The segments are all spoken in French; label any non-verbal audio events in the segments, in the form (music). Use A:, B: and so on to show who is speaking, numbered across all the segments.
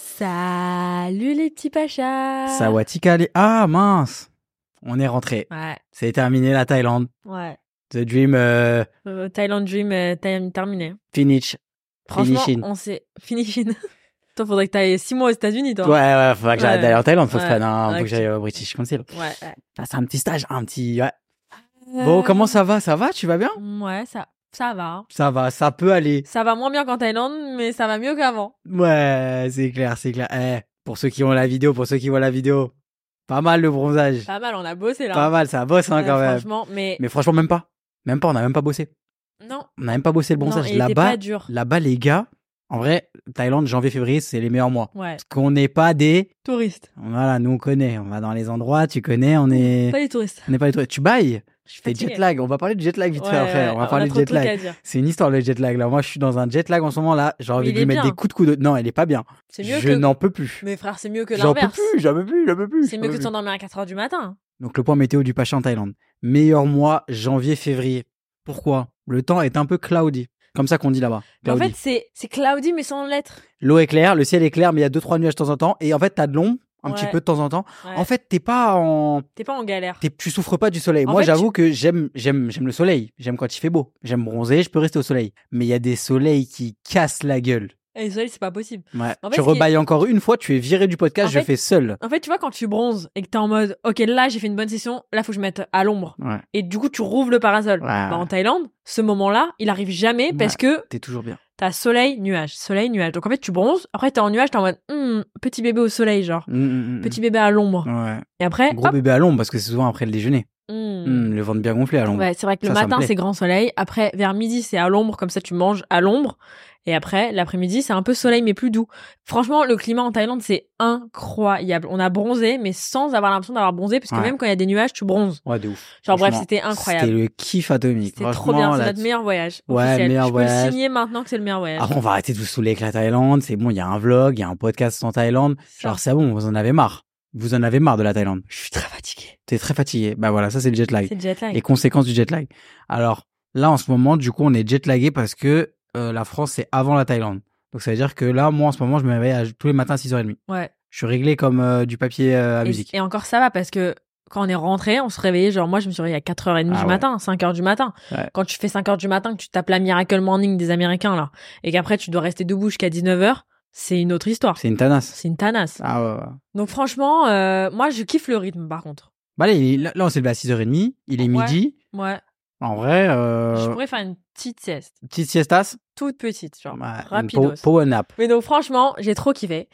A: Salut les petits pachas
B: Sawatika les... Ah mince On est rentré.
A: Ouais,
B: C'est terminé la Thaïlande.
A: ouais.
B: The Dream euh,
A: Euh, Thailand Dream, euh, Thaï- terminé.
B: finish.
A: Franchement,
B: Finish in.
A: on s'est... (laughs) Finish in. toi, faudrait que t'ailles 6 mois aux États-Unis, toi.
B: Ouais, ouais, faudra que j'aille
A: Ouais.
B: d'aller en Thaïlande, faut que je
A: Ouais.
B: prenne un-
A: Ouais,
B: faut que
A: que
B: j'aille au British Council.
A: Ouais, ouais.
B: Ah, C'est un petit stage, un petit... ouais. Bon, comment ça va Ça va Tu vas bien
A: Euh, Ouais, ça, ça va.
B: Ça va, ça peut aller.
A: Ça va moins bien qu'en Thaïlande, mais ça va mieux qu'avant.
B: Ouais, c'est clair, c'est clair. Eh, pour ceux qui ont la vidéo, pour ceux qui voient la vidéo, pas mal le bronzage.
A: Pas mal, on a bossé là.
B: Pas mal, ça bosse hein,
A: Ouais,
B: quand même.
A: Franchement, mais,
B: Mais franchement, même pas. Même pas, on a même pas bossé.
A: non,
B: On a même pas bossé le
A: non,
B: bronzage.
A: il était
B: Là-bas,
A: pas dur.
B: là-bas, les gars, en vrai, Thaïlande, janvier, février, c'est les meilleurs mois.
A: Ouais,
B: Parce qu'on n'est pas des.
A: touriste.
B: Voilà, nous on connaît. On va dans les endroits, tu connais, on est.
A: Pas des touristes.
B: On n'est pas les Tu bailles
A: Je suis
B: T'es
A: fatiguée.
B: jet lag. On va parler de jet lag vite
A: Ouais,
B: fait après.
A: ouais,
B: on va parler
A: a
B: de
A: trop de
B: jet
A: trucs
B: lag.
A: à dire.
B: C'est une histoire le jet lag là. Moi je suis dans un jet lag en ce moment là. J'ai envie de
A: il est
B: lui mettre
A: bien.
B: des coups de coude. Non, elle est pas bien.
A: C'est mieux
B: je
A: que...
B: n'en peux plus.
A: Mais frère, c'est mieux que
B: J'en peux
A: l'inverse.
B: plus, j'en peux plus, j'en peux plus.
A: C'est mieux
B: j'en peux
A: que de
B: plus.
A: s'endormir à 4h du matin.
B: Donc le point météo du Pacha en Thaïlande. Meilleur mois, janvier, février. Pourquoi Le temps est un peu cloudy. Comme ça qu'on dit là-bas.
A: Mais en
B: Cloudy.
A: fait, c'est c'est cloudy, mais sans lettres.
B: L'eau est claire, le ciel est clair, mais il y a deux trois nuages de temps en temps. Et en fait, t'as de l'ombre un petit
A: Ouais.
B: peu de temps en temps.
A: Ouais.
B: En fait, t'es pas en,
A: T'es pas en galère.
B: t'es- tu souffres pas du soleil.
A: En
B: Moi,
A: fait,
B: j'avoue que j'aime, j'aime, j'aime le soleil. J'aime quand il fait beau. J'aime bronzer. Je peux rester au soleil. Mais il y a des soleils qui cassent la gueule.
A: Et le soleil, c'est pas possible.
B: Ouais.
A: En fait,
B: tu
A: ce qui est-
B: rebailles encore une fois, tu es viré du podcast.
A: En
B: je
A: fait-
B: fais seul.
A: En fait, tu vois, quand tu bronzes et que t'es en mode, ok, là, j'ai fait une bonne session, là, faut que je mette à l'ombre.
B: Ouais.
A: Et du coup, tu rouvres le parasol.
B: Ouais.
A: Bah, en Thaïlande, ce moment-là, il arrive jamais parce que
B: T'es toujours bien.
A: t'as soleil, nuage, soleil, nuage. Donc, en fait, tu bronzes. Après, t'es en nuage, t'es en mode, Hmm, petit bébé au soleil, genre.
B: Mm, mm, mm.
A: Petit bébé à l'ombre.
B: Ouais.
A: Et après,
B: Gros
A: hop.
B: bébé à l'ombre parce que c'est souvent après le déjeuner.
A: hmm.
B: Mm, le ventre bien gonflé à l'ombre.
A: Ouais, c'est vrai que le
B: Ça, ça me
A: matin,
B: plaît.
A: c'est grand soleil. Après, vers midi, c'est à l'ombre. Comme ça, tu manges à l'ombre. Et après, l'après-midi, c'est un peu soleil, mais plus doux. Franchement, le climat en Thaïlande, c'est incroyable. On a bronzé, mais sans avoir l'impression d'avoir bronzé, parce que
B: Ouais.
A: même quand il y a des nuages, tu bronzes.
B: Ouais, de ouf.
A: Genre, bref,
B: Franchement,
A: c'était incroyable.
B: C'était le kiff atomique.
A: C'était trop
B: Franchement,
A: bien. C'est
B: là-
A: notre meilleur voyage.
B: Ouais,
A: officiel.
B: meilleur
A: Je peux
B: voyage. Ah,
A: le signer maintenant que c'est le meilleur voyage.
B: Après, on va arrêter de vous saouler avec la Thaïlande. C'est bon, il y a un vlog, il y a un podcast en Thaïlande.
A: Ça.
B: Genre, c'est bon, vous en avez marre. Vous en avez marre de la Thaïlande.
A: je suis très fatiguée.
B: T'es très fatigué. Bah voilà, ça, c'est le jet lag.
A: C'est le jet lag.
B: Les conséquences du jet lag. Alors, là, en ce moment, du coup, on est jet lagué parce que euh, la France, c'est avant la Thaïlande. Donc, ça veut dire que là, moi, en ce moment, je me réveille à- tous les matins à 6h30.
A: Ouais.
B: Je suis réglé comme euh, du papier euh, à
A: Et,
B: musique.
A: et encore, ça va parce que quand on est rentré, on se réveillait. Genre, moi, je me suis réveillée à 4h30
B: Ah
A: du
B: ouais.
A: matin, 5h du matin.
B: Ouais.
A: Quand tu fais 5h du matin, que tu tapes la Miracle Morning des Américains, là, et qu'après, tu dois rester debout jusqu'à 19h, c'est une autre histoire.
B: C'est une tanasse.
A: C'est une tanasse.
B: Ah ouais, ouais.
A: Donc, franchement, euh, moi, je kiffe le rythme, par contre.
B: Bah là, il est- là, là, on s'est levé à 6h30. Il est
A: Ouais.
B: midi.
A: Ouais.
B: En vrai, euh,
A: Je pourrais faire une petite sieste.
B: petite siestas.
A: Toute petite, genre.
B: Ouais, une
A: rapidos.
B: pow- power nap.
A: Mais donc, franchement, j'ai trop kiffé.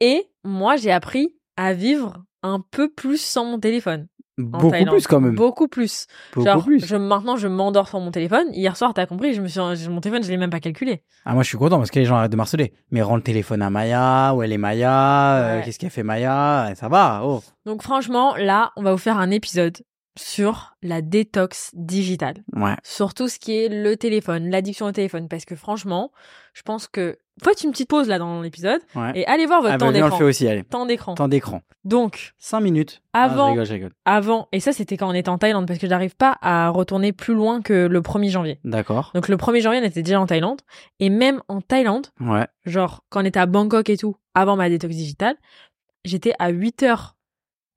A: Et moi, j'ai appris à vivre un peu plus sans mon téléphone. en
B: Beaucoup
A: Thaïlande.
B: plus quand même.
A: Beaucoup plus.
B: Beaucoup
A: Genre,
B: plus.
A: Je, maintenant, je m'endors sur mon téléphone. Hier soir, t'as compris, je me suis, je- mon téléphone, je l'ai même pas calculé.
B: Ah, moi, je suis content parce que les gens arrêtent de marceler. Mais rends le téléphone à Maya. Où elle est Maya euh,
A: Ouais.
B: Qu'est-ce qu'elle fait Maya Ça va oh.
A: Donc, franchement, là, on va vous faire un épisode sur la détox digitale.
B: Ouais.
A: Sur tout ce qui est le téléphone, l'addiction au téléphone. Parce que franchement, je pense que. Faites une petite pause là dans l'épisode
B: ouais.
A: et allez voir votre
B: ah, bah,
A: temps
B: viens, on le
A: d'écran.
B: fait aussi. Allez.
A: Temps d'écran.
B: Temps d'écran.
A: Donc,
B: 5 minutes.
A: Avant-
B: Ah, je rigole, je rigole.
A: avant, et ça c'était quand on était en Thaïlande, parce que j'arrive pas à retourner plus loin que le 1er janvier.
B: D'accord.
A: Donc le 1er janvier, on était déjà en Thaïlande. Et même en Thaïlande,
B: Ouais.
A: genre quand on était à Bangkok et tout, avant ma détox digitale, j'étais à 8 heures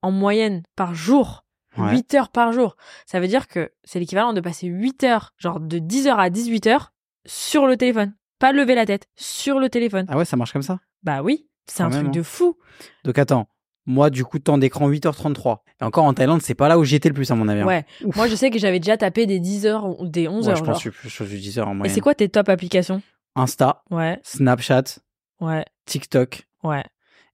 A: en moyenne par jour.
B: Ouais.
A: 8 heures par jour. Ça veut dire que c'est l'équivalent de passer 8 heures, genre de 10 heures à 18 heures, sur le téléphone. Pas lever la tête, sur le téléphone.
B: Ah ouais, ça marche comme ça.
A: Bah oui, c'est
B: Quand
A: un
B: même,
A: truc
B: hein.
A: de fou.
B: Donc attends. Moi, du coup, temps d'écran 8h33. Et encore en Thaïlande, c'est pas là où j'étais le plus à mon avis. hein.
A: Ouais.
B: Ouf.
A: Moi, je sais que j'avais déjà tapé des 10 heures ou des 11
B: Ouais,
A: heures.
B: je
A: genre.
B: pense que je suis sur 10h en
A: et
B: moyenne.
A: c'est quoi tes top applications
B: Insta,
A: Ouais,
B: Snapchat,
A: ouais,
B: TikTok.
A: ouais.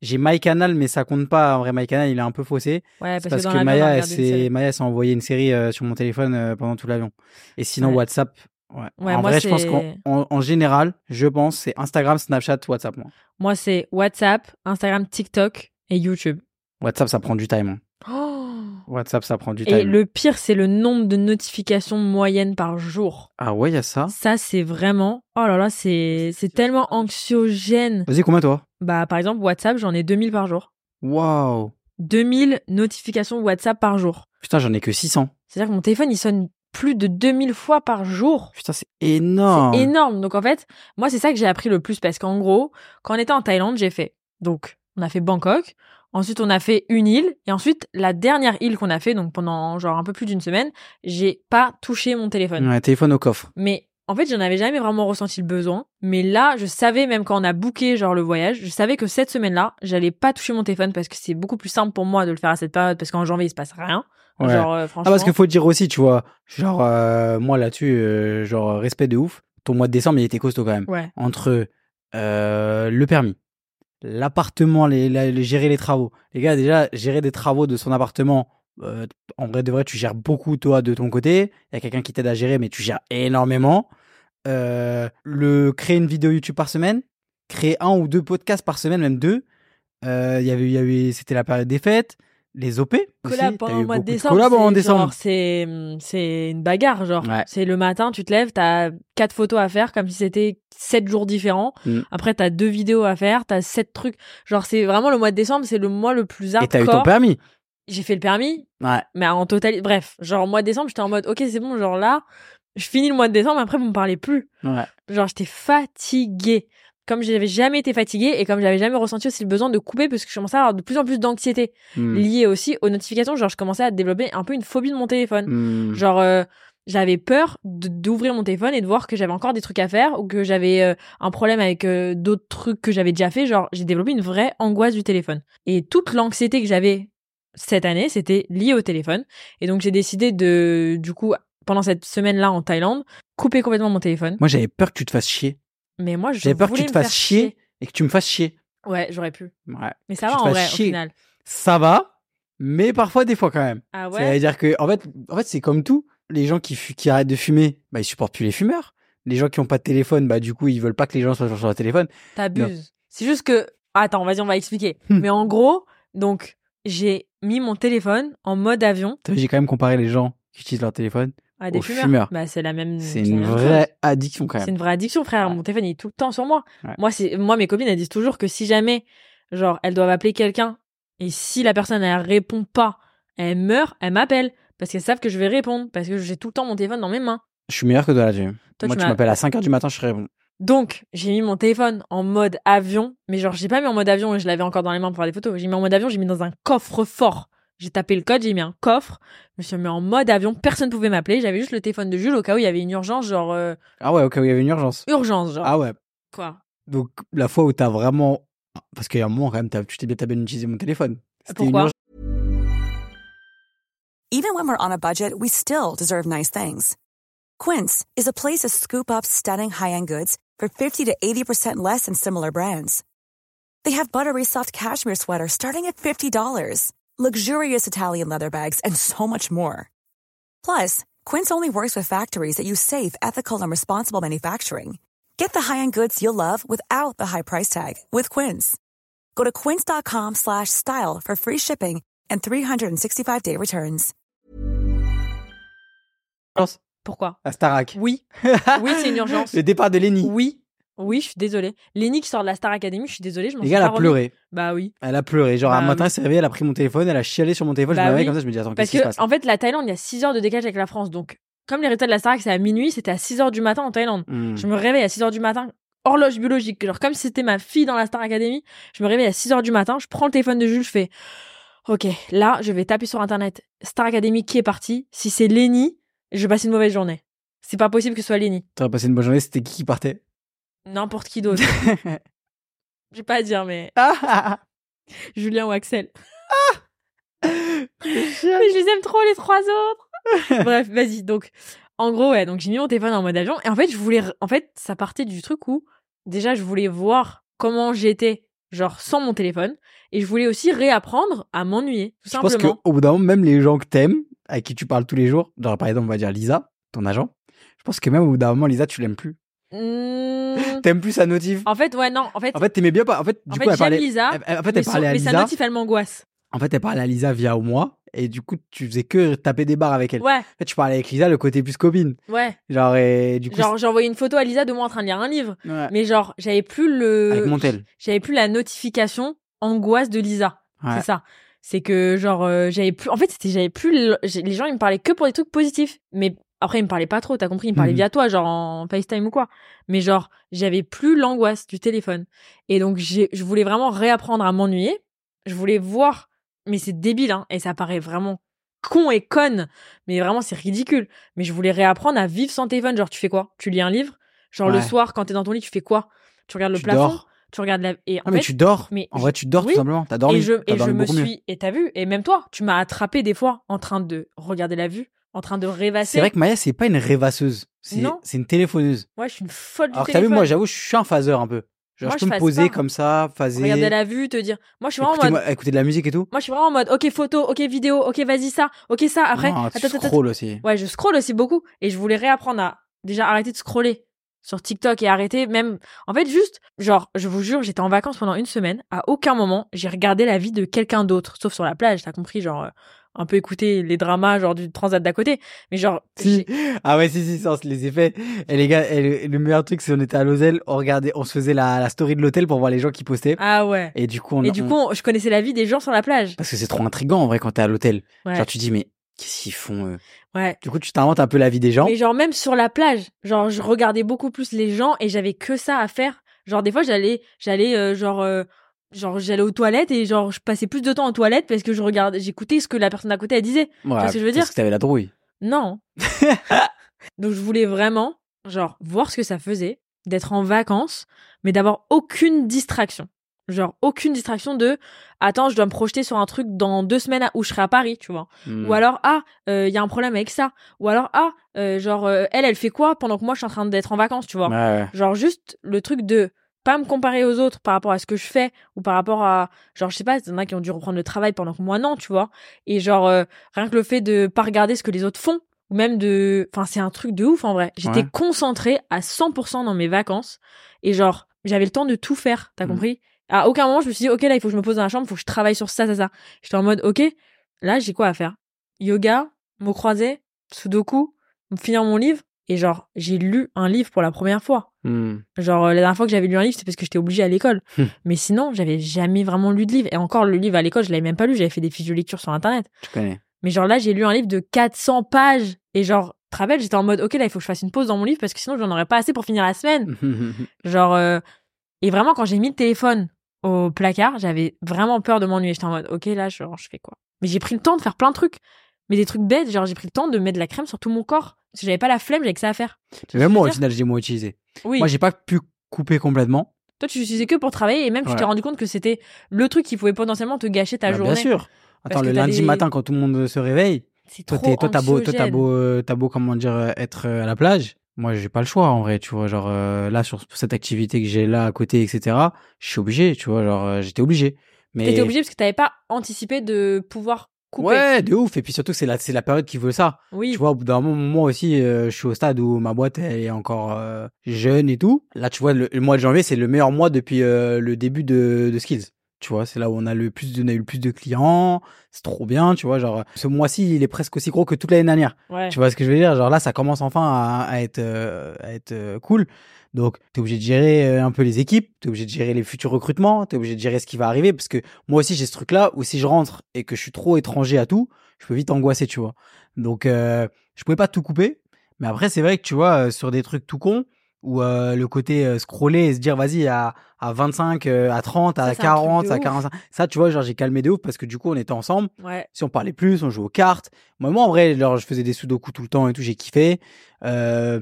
B: J'ai MyCanal, mais ça compte pas. En vrai, MyCanal, il est un peu faussé.
A: Ouais, Ah, parce,
B: C'est parce
A: dans
B: que,
A: l'avion, on a
B: Maya, elle
A: regardé une série.
B: s'est Maya s'est envoyé une série euh, sur mon téléphone euh, pendant tout l'avion. Et sinon,
A: Ouais.
B: WhatsApp. Ouais.
A: Ouais,
B: en
A: moi,
B: vrai, je pense
A: c'est-
B: qu'en en- en général, je pense, c'est Instagram, Snapchat, WhatsApp. moi.
A: Moi, c'est WhatsApp, Instagram, TikTok et YouTube.
B: WhatsApp, ça prend du time. hein.
A: Oh
B: WhatsApp, ça prend du
A: et
B: time.
A: le pire, c'est le nombre de notifications moyennes par jour.
B: Ah ouais, il y a ça.
A: Ça, c'est vraiment. Oh là là, Hein c'est c'est tellement anxiogène.
B: Vas-y, combien toi
A: Bah, par exemple, WhatsApp, j'en ai 2000 par jour.
B: Waouh
A: 2000 notifications WhatsApp par jour.
B: Putain, j'en ai que 600.
A: C'est-à-dire que mon téléphone, il sonne plus de 2000 fois par jour.
B: Putain, c'est énorme.
A: C'est énorme. Donc en fait, moi, c'est ça que j'ai appris le plus parce qu'en gros, quand on était en Thaïlande, j'ai fait. Donc, on a fait Bangkok. Ensuite, on a fait une île. Et ensuite, la dernière île qu'on a fait, donc pendant genre un peu plus d'une semaine, j'ai pas touché mon téléphone.
B: Ouais, téléphone au coffre.
A: Mais en fait, j'en avais jamais vraiment ressenti le besoin. Mais là, je savais, même quand on a booké genre le voyage, je savais que cette semaine-là, j'allais pas toucher mon téléphone parce que c'est beaucoup plus simple pour moi de le faire à cette période parce qu'en janvier, il se passe rien.
B: Ouais.
A: Genre, euh,
B: ah,
A: franchement.
B: parce qu'il faut dire aussi, tu vois, genre, euh, moi là-dessus, euh, genre, respect de ouf. Ton mois de décembre, il était costaud quand même.
A: Ouais.
B: Entre euh, le permis, l'appartement, les, la- les- gérer les travaux. Les gars, déjà, gérer des travaux de son appartement, euh, en vrai de vrai, tu gères beaucoup, toi, de ton côté. Il y a quelqu'un qui t'aide à gérer, mais tu gères énormément. Euh, le créer une vidéo YouTube par semaine, créer un ou deux podcasts par semaine, même deux. Euh, Il y avait, il y avait, c'était la période des fêtes, les OP. aussi.
A: Collab
B: T'as
A: pendant
B: eu
A: le mois de
B: beaucoup de
A: décembre.
B: collabs en
A: c'est
B: décembre.
A: genre, C'est hum, c'est une bagarre, genre.
B: Ouais.
A: C'est le matin, tu te lèves, t'as quatre photos à faire comme si c'était sept jours différents.
B: Mm.
A: Après, t'as deux vidéos à faire, t'as sept trucs. Genre, c'est vraiment le mois de décembre, c'est le mois le plus
B: Et t'as eu ton
A: hardcore.
B: permis.
A: J'ai fait le permis,
B: Ouais.
A: mais en total, bref, genre mois de décembre, j'étais en mode ok, c'est bon, genre là, je finis le mois de décembre, après vous me parlez plus.
B: Ouais.
A: Genre j'étais fatiguée. Comme j'avais jamais été fatiguée et comme j'avais jamais ressenti aussi le besoin de couper parce que je commençais à avoir de plus en plus d'anxiété
B: Hmm.
A: liée aussi aux notifications, genre je commençais à développer un peu une phobie de mon téléphone.
B: Hmm.
A: Genre, euh, j'avais peur de- d'ouvrir mon téléphone et de voir que j'avais encore des trucs à faire ou que j'avais euh, un problème avec euh, d'autres trucs que j'avais déjà fait. Genre, j'ai développé une vraie angoisse du téléphone. Et toute l'anxiété que j'avais cette année, c'était lié au téléphone. Et donc, j'ai décidé de, du coup, pendant cette semaine-là en Thaïlande, couper complètement mon téléphone.
B: Moi, j'avais peur que tu te fasses chier.
A: Mais moi, je
B: J'avais peur que
A: voulais
B: tu te
A: me
B: fasses
A: faire
B: chier. et que tu me fasses chier.
A: Ouais, j'aurais pu.
B: Ouais.
A: Mais ça
B: Que
A: va
B: tu te
A: en
B: fasses
A: vrai,
B: chier.
A: au final.
B: Ça va, mais parfois des fois quand même.
A: Ah
B: Ça
A: ouais.
B: veut dire que, en fait, en fait c'est comme tout. Les gens qui, fu- qui arrêtent de fumer, bah, ils supportent plus les fumeurs. Les gens qui ont pas de téléphone, bah, du coup, ils veulent pas que les gens soient sur leur téléphone.
A: T'abuses. C'est juste que. Attends, vas-y, on va expliquer.
B: Hmm.
A: Mais en gros, donc, j'ai mis mon téléphone en mode avion
B: T'as vu, J'ai quand même comparé les gens qui utilisent leur téléphone.
A: à des
B: aux
A: fumeurs.
B: fumeurs.
A: Bah, c'est la même.
B: C'est
A: la
B: une
A: même chose.
B: vraie addiction quand
A: C'est
B: même.
A: une vraie addiction, frère.
B: Ouais.
A: Mon téléphone il est tout le temps sur moi.
B: Ouais.
A: Moi, c'est moi mes copines elles disent toujours que si jamais, genre, elles doivent appeler quelqu'un et si la personne elle répond pas, elle meurt, elle m'appelle parce qu'elles savent que je vais répondre parce que j'ai tout le temps mon téléphone dans mes mains.
B: Je suis meilleur que toi là-dessus.
A: Toi,
B: Moi,
A: tu
B: tu
A: m'as-
B: m'appelles à 5 heures du matin, je serais bon.
A: Donc, j'ai mis mon téléphone en mode avion, mais genre, j'ai pas mis en mode avion et je l'avais encore dans les mains pour faire des photos. J'ai mis en mode avion, j'ai mis dans un coffre fort. J'ai tapé le code, j'ai mis un coffre, je me suis mis en mode avion, personne pouvait m'appeler, j'avais juste le téléphone de Jules au cas où il y avait une urgence, genre, euh,
B: Ah ouais, ok, il y avait une urgence.
A: urgence, genre.
B: Ah ouais.
A: Quoi
B: Donc, la fois où t'as vraiment. Parce qu'il y a un moment, quand même, t'as- tu t'es bien, t'as bien utilisé mon téléphone. C'était une
A: Pourquoi
B: urgence.
C: Even when we're on a budget, we still deserve nice things. Quince is a place to scoop up stunning high-end goods for 50 to 80% less than similar brands. They have buttery soft cashmere sweaters starting at $50, luxurious Italian leather bags, and so much more. Plus, Quince only works with factories that use safe, ethical, and responsible manufacturing. Get the high-end goods you'll love without the high price tag with Quince. Go to quince.com/style slash style for free shipping and 365-day returns.
B: (laughs)
A: Pourquoi
B: À Starac.
A: Oui. Oui, c'est une urgence.
B: (laughs) Le départ de Lenny.
A: Oui. Oui, je suis désolée. Lenny qui sort de la Star Academy, je suis désolée, je m'en
B: Les
A: suis
B: gars, elle
A: pas
B: a
A: remis.
B: pleuré.
A: Bah oui.
B: Elle a pleuré. Genre, un
A: Bah
B: matin, elle s'est réveillée, elle a pris mon téléphone, elle a chialé sur mon téléphone.
A: Bah
B: je me réveille
A: oui.
B: comme ça, je me dis, attends,
A: Parce
B: qu'est-ce qui se passe
A: que, en fait, la Thaïlande, il y a 6 heures de décalage avec la France. Donc, comme les résultats de la Star c'est à minuit, c'était à 6 heures du matin en Thaïlande.
B: Hmm.
A: Je me réveille à 6 heures du matin, horloge biologique. Genre, comme si c'était ma fille dans la Star Academy, je me réveille à 6 heures du matin, je prends le téléphone de Jules, je fais Ok, là, je vais taper sur Internet. Star Academy qui est parti. Si c'est Lenny, je vais passer une mauvaise journée. C'est pas possible que ce soit Lenny.
B: T'aurais passé une bonne journée, c'était qui
A: (laughs)
B: qui partait
A: N'importe qui d'autre. J'ai pas à dire, mais Julien ou Axel. (laughs)
B: Ah
A: Mais je les aime trop les trois
B: (laughs)
A: autres. Bref, vas-y. Donc, en gros, ouais. Donc j'ai mis mon téléphone en mode avion et en fait, je voulais, en fait, ça partait du truc où déjà je voulais voir comment j'étais genre sans mon téléphone. Et je voulais aussi réapprendre à m'ennuyer, tout
B: Je pense
A: simplement.
B: qu'au bout d'un moment, même les gens que t'aimes, à qui tu parles tous les jours, genre par exemple, on va dire Lisa, ton agent, je pense que même au bout d'un moment, Lisa, tu l'aimes plus. (laughs)
A: Mmh.
B: T'aimes plus sa notif.
A: En fait, ouais, non, en fait,
B: En fait, t'aimais bien pas. En fait,
A: En
B: du
A: fait,
B: coup, elle
A: j'aime
B: parlait.
A: Lisa,
B: elle- elle- en fait,
A: mais,
B: elle
A: son-
B: parlait à
A: mais
B: Lisa.
A: sa notif, elle m'angoisse.
B: En fait, elle parlait à Lisa via au moi. Et du coup, tu faisais que taper des barres avec elle.
A: Ouais,
B: En fait, tu parlais avec Lisa, le côté plus copine.
A: ouais.
B: Genre, et du coup.
A: Genre, j'ai envoyé une photo à Lisa de moi en train de lire un livre.
B: c'est- ouais.
A: Mais genre, j'avais plus
B: Avec
A: le,
B: Montel.
A: j'avais plus la notification angoisse de Lisa.
B: Ouais.
A: C'est ça. C'est que genre, euh, j'avais plus, en fait, c'était, j'avais plus, le- j'ai- les gens, ils me parlaient que pour des trucs positifs. Mais après, ils me parlaient pas trop, t'as compris, ils me parlaient
B: Mhm.
A: via toi, genre en FaceTime ou quoi. Mais genre, j'avais plus l'angoisse du téléphone. Et donc, j'ai, je voulais vraiment réapprendre à m'ennuyer. Je voulais voir, mais c'est débile, hein, et ça paraît vraiment con et conne. Mais vraiment, c'est ridicule. Mais je voulais réapprendre à vivre sans téléphone. Genre, tu fais quoi Tu lis un livre Genre, le
B: Ouais.
A: soir, quand t'es dans ton lit, tu fais quoi Tu regardes le
B: tu
A: plafond
B: dors.
A: Tu regardes la. Et en
B: Ah, mais
A: fait,
B: tu dors.
A: mais
B: en
A: je-
B: vrai, tu dors
A: oui.
B: tout simplement. T'as dormi.
A: et je,
B: T'as
A: et je
B: dormi
A: me
B: beaucoup mieux.
A: suis. Et t'as vu Et même toi, tu m'as attrapé des fois en train de regarder la vue, en train de rêvasser.
B: C'est vrai que Maya, c'est pas une rêvasseuse. C'est
A: Non.
B: c'est une téléphoneuse.
A: Ouais, je suis une folle du
B: Alors que t'as vu,
A: téléphone.
B: moi, j'avoue, je suis un phaseur un peu. Genre,
A: Moi,
B: je
A: je
B: peux me
A: phase
B: poser
A: pas.
B: comme ça, phaser.
A: regarder la vue, te dire. Moi, je suis vraiment en
B: écouter,
A: mode.
B: moi- écouter de la musique et tout.
A: Moi, je suis vraiment en mode. Ok, photo. Ok, vidéo. Ok, vas-y ça. Ok, ça. Après.
B: non, tu
A: attends, attends, attends.
B: scrolls aussi.
A: Ouais, je scrolle aussi beaucoup et je voulais réapprendre à déjà arrêter de scroller sur TikTok et arrêter même en fait juste genre je vous jure, j'étais en vacances pendant une semaine, à aucun moment j'ai regardé la vie de quelqu'un d'autre sauf sur la plage, t'as compris genre euh, un peu écouter les dramas genre du transat d'à côté, mais genre
B: Si.
A: j'ai-
B: Ah ouais, si, si, ça, on se les effets. Et les gars, et le, le meilleur truc, c'est on était à l'hôtel, on regardait, on se faisait la, la story de l'hôtel pour voir les gens qui postaient.
A: ah ouais.
B: Et du coup, on,
A: Et du
B: on-
A: coup, on- je connaissais la vie des gens sur la plage.
B: parce que c'est trop intriguant en vrai quand t'es à l'hôtel.
A: Ouais.
B: Genre, tu dis, mais qu'est-ce qu'ils font eux
A: Ouais.
B: Du coup, tu t'inventes un peu la vie des gens.
A: Mais genre même sur la plage, genre je regardais beaucoup plus les gens et j'avais que ça à faire. Genre des fois j'allais j'allais euh, genre euh, genre j'allais aux toilettes et genre je passais plus de temps aux toilettes parce que je regardais j'écoutais ce que la personne à côté elle disait.
B: Ouais,
A: vois ce que je veux dire
B: Parce que t'avais la drouille.
A: Non. Donc je voulais vraiment genre voir ce que ça faisait d'être en vacances mais d'avoir aucune distraction. Genre aucune distraction de attends, je dois me projeter sur un truc dans deux semaines à- où je serai à Paris, tu vois.
B: Mm. Hmm.
A: Ou alors, ah, il y a un problème avec ça. Ou alors, ah, euh, genre, euh, elle, elle fait quoi pendant que moi, je suis en train d'être en vacances, tu vois.
B: Ouais, ouais.
A: Genre, juste le truc de pas me comparer aux autres par rapport à ce que je fais ou par rapport à genre je sais pas il y en a qui ont dû reprendre le travail pendant que moi non tu vois et genre euh, rien que le fait de pas regarder ce que les autres font ou même de enfin c'est un truc de ouf en vrai j'étais
B: Ouais.
A: concentrée à 100% dans mes vacances et genre j'avais le temps de tout faire t'as
B: Mhm.
A: compris à aucun moment je me suis dit ok là il faut que je me pose dans la chambre faut que je travaille sur ça ça ça j'étais en mode ok là j'ai quoi à faire yoga mots croisés sudoku finir mon livre et genre j'ai lu un livre pour la première fois
B: Hmm.
A: Genre, euh, la dernière fois que j'avais lu un livre, c'était parce que j'étais obligée à l'école.
B: Hmm.
A: Mais sinon, j'avais jamais vraiment lu de livre. Et encore, le livre à l'école, je l'avais même pas lu. J'avais fait des fiches de lecture sur Internet.
B: Tu
A: (laughs)
B: connais.
A: Mais genre là, j'ai lu un livre de 400 pages. Et genre, tu te rappelles, j'étais en mode, ok, là, il faut que je fasse une pause dans mon livre parce que sinon, j'en aurais pas assez pour finir la semaine. Genre, euh, et vraiment, quand j'ai mis le téléphone au placard, j'avais vraiment peur de m'ennuyer. J'étais en mode, ok, là, genre, je fais quoi Mais j'ai pris le temps de faire plein de trucs. Mais des trucs bêtes, genre, j'ai pris le temps de mettre de la crème sur tout mon corps. Parce que j'avais pas la flemme, j'avais que ça à faire. Tu vois ce
B: Même
A: que
B: moi, au
A: je veux dire
B: final, j'ai moins utilisé.
A: Oui.
B: Moi, j'ai pas pu couper complètement.
A: Toi, tu l'utilisais que pour travailler et même tu
B: Ouais.
A: t'es rendu compte que c'était le truc qui pouvait potentiellement te gâcher ta
B: Bah,
A: journée.
B: Bien sûr. Attends,
A: que
B: le
A: t'as
B: lundi
A: des-
B: matin, quand tout le monde se réveille,
A: C'est
B: toi,
A: trop
B: t'es- toi, t'as beau, toi, t'as
A: anxiogène.
B: beau, euh, t'as beau, comment dire, euh, être euh, à la plage. Moi, j'ai pas le choix, en vrai, tu vois. Genre, euh, là, sur cette activité que j'ai là à côté, etc., je suis obligé, tu vois. Genre, euh, j'étais obligé. Mais.
A: T'étais obligé parce que t'avais pas anticipé de pouvoir couper.
B: Ouais, de ouf. Et puis surtout, c'est la, c'est la période qui veut ça.
A: oui.
B: Tu vois, au bout d'un moment, moi aussi, euh, je suis au stade où ma boîte, elle est encore euh, jeune et tout. Là, tu vois, le, le mois de janvier, c'est le meilleur mois depuis euh, le début de, de Skills. Tu vois, c'est là où on a le plus, de- on a eu le plus de clients. C'est trop bien, tu vois. Genre, ce mois-ci, il est presque aussi gros que toute l'année dernière.
A: Ouais.
B: Tu vois ce que je veux dire Genre là, ça commence enfin à, à être, euh, à être euh, cool. Donc, t'es obligé de gérer euh, un peu les équipes, t'es obligé de gérer les futurs recrutements, t'es obligé de gérer ce qui va arriver. Parce que moi aussi, j'ai ce truc-là où si je rentre et que je suis trop étranger à tout, je peux vite angoisser, tu vois. Donc, euh, je pouvais pas tout couper. Mais après, c'est vrai que tu vois, euh, sur des trucs tout cons, où euh, le côté euh, scroller et se dire, vas-y, à, à 25, euh, à 30,
A: Ça,
B: à
A: c'est un truc
B: 40,
A: de
B: à
A: ouf.
B: 45. Ça, tu vois, genre, j'ai calmé de ouf parce que du coup, on était ensemble
A: Ouais.
B: si on parlait plus, on jouait aux cartes. Moi, moi en vrai, genre, je faisais des sudoku tout le temps et tout, j'ai kiffé. Euh,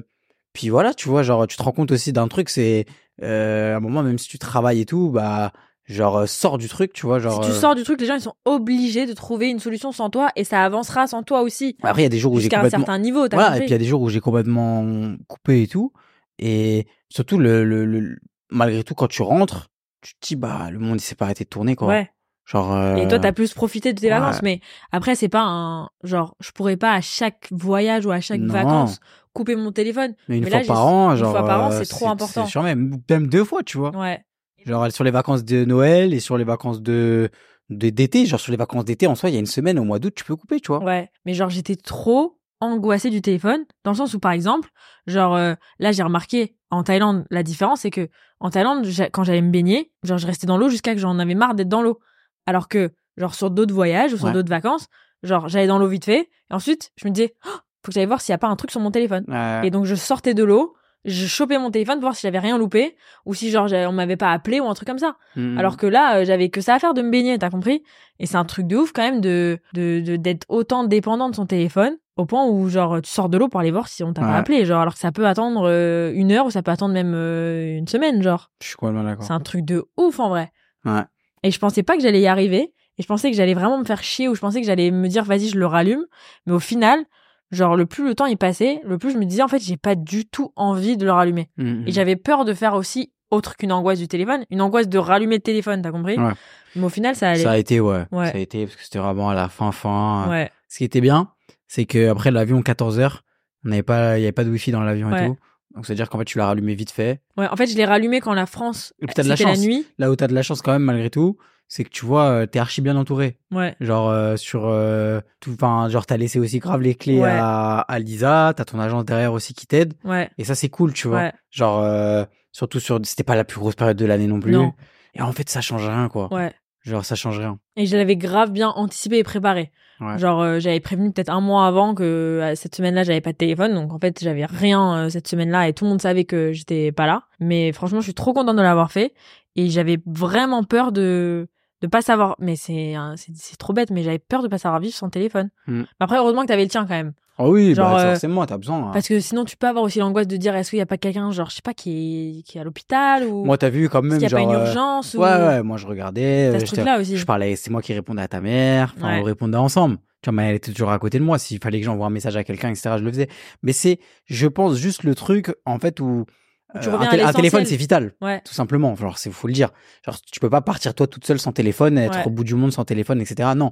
B: puis voilà, tu vois, genre, tu te rends compte aussi d'un truc, c'est euh, à un moment, même si tu travailles et tout, bah, genre, euh, sors du truc, tu vois, genre.
A: si tu
B: euh,
A: sors du truc, les gens ils sont obligés de trouver une solution sans toi et ça avancera sans toi aussi
B: Après, il y a des jours où j'ai
A: jusqu'à un
B: complètement.
A: certain niveau. T'as
B: Voilà, et
A: compris
B: puis il y a des jours où j'ai complètement coupé et tout. Et surtout, le, le, le- malgré tout, quand tu rentres, tu te dis, bah, le monde, il s'est pas arrêté de tourner, quoi.
A: Ouais.
B: Genre. euh,
A: Et toi, t'as plus profité de tes
B: ouais.
A: vacances, mais après, c'est pas un genre, je pourrais pas à chaque voyage ou à chaque
B: Non.
A: vacances couper mon téléphone.
B: mais une
A: mais
B: fois
A: là,
B: par
A: j'ai-
B: an,
A: une
B: genre.
A: fois par an,
B: euh,
A: c'est trop important.
B: c'est sûr, même, même deux fois, tu vois.
A: Ouais,
B: Genre sur les vacances de Noël et sur les vacances de de- d'été. Genre sur les vacances d'été, en soi, il y a une semaine au mois d'août, tu peux couper, tu vois.
A: ouais. Mais genre, j'étais trop angoissée du téléphone, dans le sens où, par exemple, genre, euh, là, j'ai remarqué en Thaïlande, la différence, c'est que en Thaïlande, j'a- quand j'allais me baigner, genre, je restais dans l'eau jusqu'à que j'en avais marre d'être dans l'eau. Alors que, genre, sur d'autres voyages ou sur
B: Ouais.
A: d'autres vacances, genre, j'allais dans l'eau vite fait, et ensuite, je me disais, Oh, faut que j'aille voir s'il y a pas un truc sur mon téléphone.
B: Euh,
A: Et donc je sortais de l'eau, je chopais mon téléphone pour voir si j'avais rien loupé ou si genre j'avais- on m'avait pas appelé ou un truc comme ça.
B: hmm.
A: Alors que là euh, j'avais que ça à faire de me baigner, t'as compris Et c'est un truc de ouf quand même de de de- d'être autant dépendant de son téléphone au point où genre tu sors de l'eau pour aller voir si on t'a
B: Ouais.
A: pas appelé, genre alors que ça peut attendre euh, une heure ou ça peut attendre même euh, une semaine, genre.
B: je suis complètement d'accord.
A: C'est un truc de ouf en vrai.
B: Ouais.
A: Et je pensais pas que j'allais y arriver. Et je pensais que j'allais vraiment me faire chier ou je pensais que j'allais me dire vas-y je le rallume. Mais au final, genre le plus le temps est passé, le plus je me disais en fait j'ai pas du tout envie de le rallumer.
B: Hmm,
A: Et j'avais peur de faire aussi autre qu'une angoisse du téléphone, une angoisse de rallumer le téléphone, t'as compris
B: Ouais.
A: Mais au final ça allait.
B: Ça a été, ouais.
A: Ouais.
B: Ça a été parce que c'était vraiment à la fin, fin.
A: ouais.
B: Ce qui était bien, c'est que après l'avion 14 h on n'avait pas, il y avait pas de wifi dans l'avion et
A: Ouais.
B: tout. Donc c'est à dire qu'en fait tu l'as rallumé vite fait.
A: ouais. En fait je l'ai rallumé quand la France
B: Et puis t'as
A: c'était
B: de la
A: la,
B: chance.
A: nuit.
B: Là où t'as de la chance quand même malgré tout, c'est que tu vois, euh, t'es archi bien entouré.
A: Ouais.
B: Genre euh, sur euh, tout, enfin genre t'as laissé aussi grave les clés
A: Ouais.
B: à, à Lisa, t'as ton agence derrière aussi qui t'aide.
A: Ouais.
B: Et ça c'est cool, tu vois.
A: Ouais.
B: Genre euh, surtout sur, c'était pas la plus grosse période de l'année non plus.
A: Non.
B: Et en fait ça change rien quoi.
A: Ouais.
B: Genre ça change rien.
A: Et je l'avais grave bien anticipé et préparé.
B: Ouais.
A: Genre, euh, j'avais prévenu peut-être un mois avant que euh, cette semaine-là, j'avais pas de téléphone. Donc, en fait, j'avais rien euh, cette semaine-là et tout le monde savait que j'étais pas là. Mais franchement, je suis trop contente de l'avoir fait. Et j'avais vraiment peur de de pas savoir. Mais c'est un- c'est c'est trop bête, mais j'avais peur de pas savoir vivre sans téléphone.
B: Mm.
A: Mais Après, heureusement que t'avais le tien quand même.
B: Ah oui,
A: Genre,
B: bah,
A: euh,
B: forcément t'as besoin. hein.
A: Parce que sinon, tu peux avoir aussi l'angoisse de dire est-ce qu'il y a pas quelqu'un, genre, je sais pas, qui est, qui est à l'hôpital ou
B: Moi t'as vu quand
A: est-ce
B: même
A: qu'il y a
B: genre.
A: pas une
B: euh,
A: urgence ou...
B: Ouais, ouais, moi je regardais.
A: T'as ce
B: euh, j'étais-
A: truc-là aussi.
B: Je parlais, c'est moi qui répondais à ta mère. Enfin,
A: Ouais.
B: on répondait ensemble. Tu vois, mais elle était toujours à côté de moi. S'il fallait que j'envoie un message à quelqu'un, etc., je le faisais. Mais c'est, je pense, juste le truc, en fait, où.
A: Tu
B: euh,
A: reviens à
B: un, tél- un
A: l'essentiel.
B: téléphone, c'est vital,
A: Ouais.
B: tout simplement. Genre, c'est faut le dire. Genre, tu peux pas partir toi toute seule sans téléphone, être
A: Ouais.
B: au bout du monde sans téléphone, etc. Non.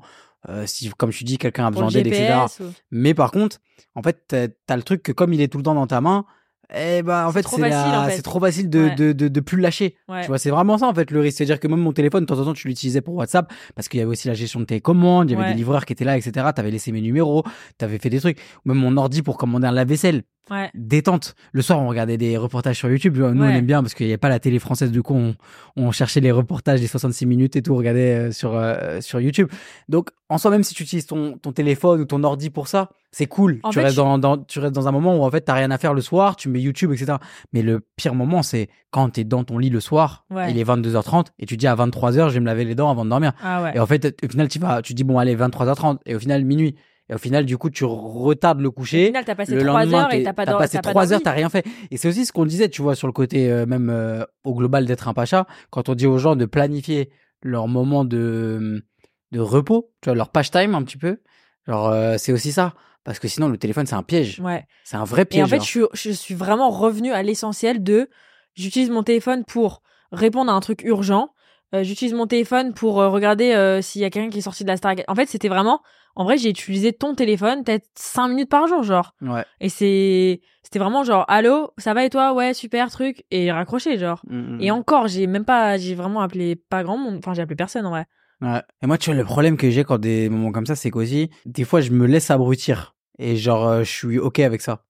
B: Euh, si, comme tu dis, quelqu'un a
A: Pour
B: besoin
A: le
B: d'aide, etc.
A: GPS ou-
B: Mais par contre, en fait, t'as- t'as le truc que comme il est tout le temps dans ta main, eh ben, en
A: C'est
B: fait,
A: trop
B: c'est la-
A: facile, en fait.
B: c'est trop facile de,
A: Ouais.
B: de, de, de plus le lâcher.
A: Ouais.
B: Tu vois, c'est vraiment ça en fait le risque. C'est-à-dire que même mon téléphone, de temps en temps, tu l'utilisais pour WhatsApp parce qu'il y avait aussi la gestion de tes commandes, il y avait
A: Ouais.
B: des livreurs qui étaient là, etc. T'avais laissé mes numéros, t'avais fait des trucs. Ou Même mon ordi pour commander un lave-vaisselle,
A: ouais.
B: détente. Le soir, on regardait des reportages sur YouTube. Nous, on
A: Ouais.
B: aime bien parce qu'il n'y avait pas la télé française. Du coup, on, on cherchait les reportages des 66 minutes et tout, on regardait euh, sur, euh, sur YouTube. Donc, en soi, même si tu utilises ton, ton téléphone ou ton ordi pour ça, c'est cool.
A: En
B: Tu
A: fait,
B: restes,
A: je-
B: dans, dans- tu restes dans un moment où en fait, t'as rien à faire le soir, tu mets YouTube, etc. Mais le pire moment, c'est quand t'es dans ton lit le soir,
A: Ouais.
B: il est 22h30 et tu dis à 23h, je vais me laver les dents avant de dormir.
A: Ah ouais.
B: Et en fait, au final, tu vas, tu dis bon, allez, 23h30 et au final, minuit. Et au final, du coup, tu retardes le
A: Au
B: coucher
A: final, t'as passé
B: le
A: 3
B: lendemain,
A: heures
B: t'es-
A: et
B: t'as
A: t'as pas dor-
B: passé
A: t'as pas
B: trois heures,
A: dormi.
B: t'as rien fait. Et c'est aussi ce qu'on disait, tu vois, sur le côté euh, même euh, au global d'être un pacha, quand on dit aux gens de planifier leur moment de, de repos, tu vois, leur patch time un petit peu, genre euh, c'est aussi ça. Parce que sinon, le téléphone, c'est un piège.
A: Ouais.
B: C'est un vrai
A: Et
B: piège.
A: en fait,
B: hein.
A: je suis, je suis vraiment revenue à l'essentiel de j'utilise mon téléphone pour répondre à un truc urgent. euh, j'utilise mon téléphone pour euh, regarder euh, s'il y a quelqu'un qui est sorti de la Star. En fait, c'était vraiment. En vrai, j'ai utilisé ton téléphone peut-être 5 minutes par jour, genre.
B: Ouais.
A: Et c'est. C'était vraiment genre, allô, ça va et toi Ouais, super, truc. Et raccroché, genre.
B: Mm, mm.
A: Et encore, j'ai même pas. J'ai vraiment appelé pas grand monde. Enfin, j'ai appelé personne en vrai.
B: Ouais. Et moi, tu vois, le problème que j'ai quand des moments comme ça, c'est qu'aussi, des fois, je me laisse abrutir. Et genre, euh, je suis OK avec ça.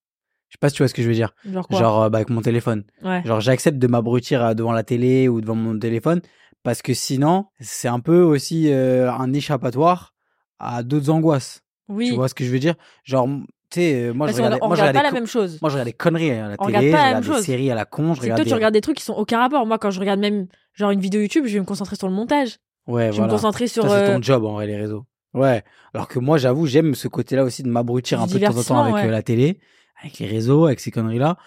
B: Je sais pas si tu vois ce que je veux dire.
A: Genre quoi
B: Genre, euh, bah, avec mon téléphone.
A: Ouais.
B: (laughs) Genre, j'accepte de m'abrutir euh, devant la télé ou devant mon téléphone parce que sinon, c'est un peu aussi euh, un échappatoire à d'autres angoisses.
A: Oui.
B: Tu vois ce que je veux dire Genre, m- tu sais, euh, moi,
A: Parce
B: je
A: qu'on
B: regardais,
A: on
B: moi, je
A: regarde
B: regardais
A: pas la
B: co-
A: même chose.
B: moi, je regardais des conneries hein, à la
A: On
B: télé,
A: regarde
B: je
A: pas la même
B: regardais des
A: chose.
B: séries à la con, je
A: C'est que toi,
B: regardais. euh
A: tu regardes des trucs qui sont aucun rapport. Moi, quand je regarde même genre une vidéo YouTube, je vais me concentrer sur le montage. je
B: Ouais,
A: vais
B: voilà.
A: me concentrer sur
B: Ça, c'est
A: euh,
B: ton job en vrai, les réseaux. Ouais. Alors que moi, j'avoue, j'aime ce côté-là aussi de m'abrutir
A: Du
B: un peu de temps en temps avec
A: divertissement,
B: euh,
A: ouais.
B: la télé, avec les réseaux, avec ces conneries-là.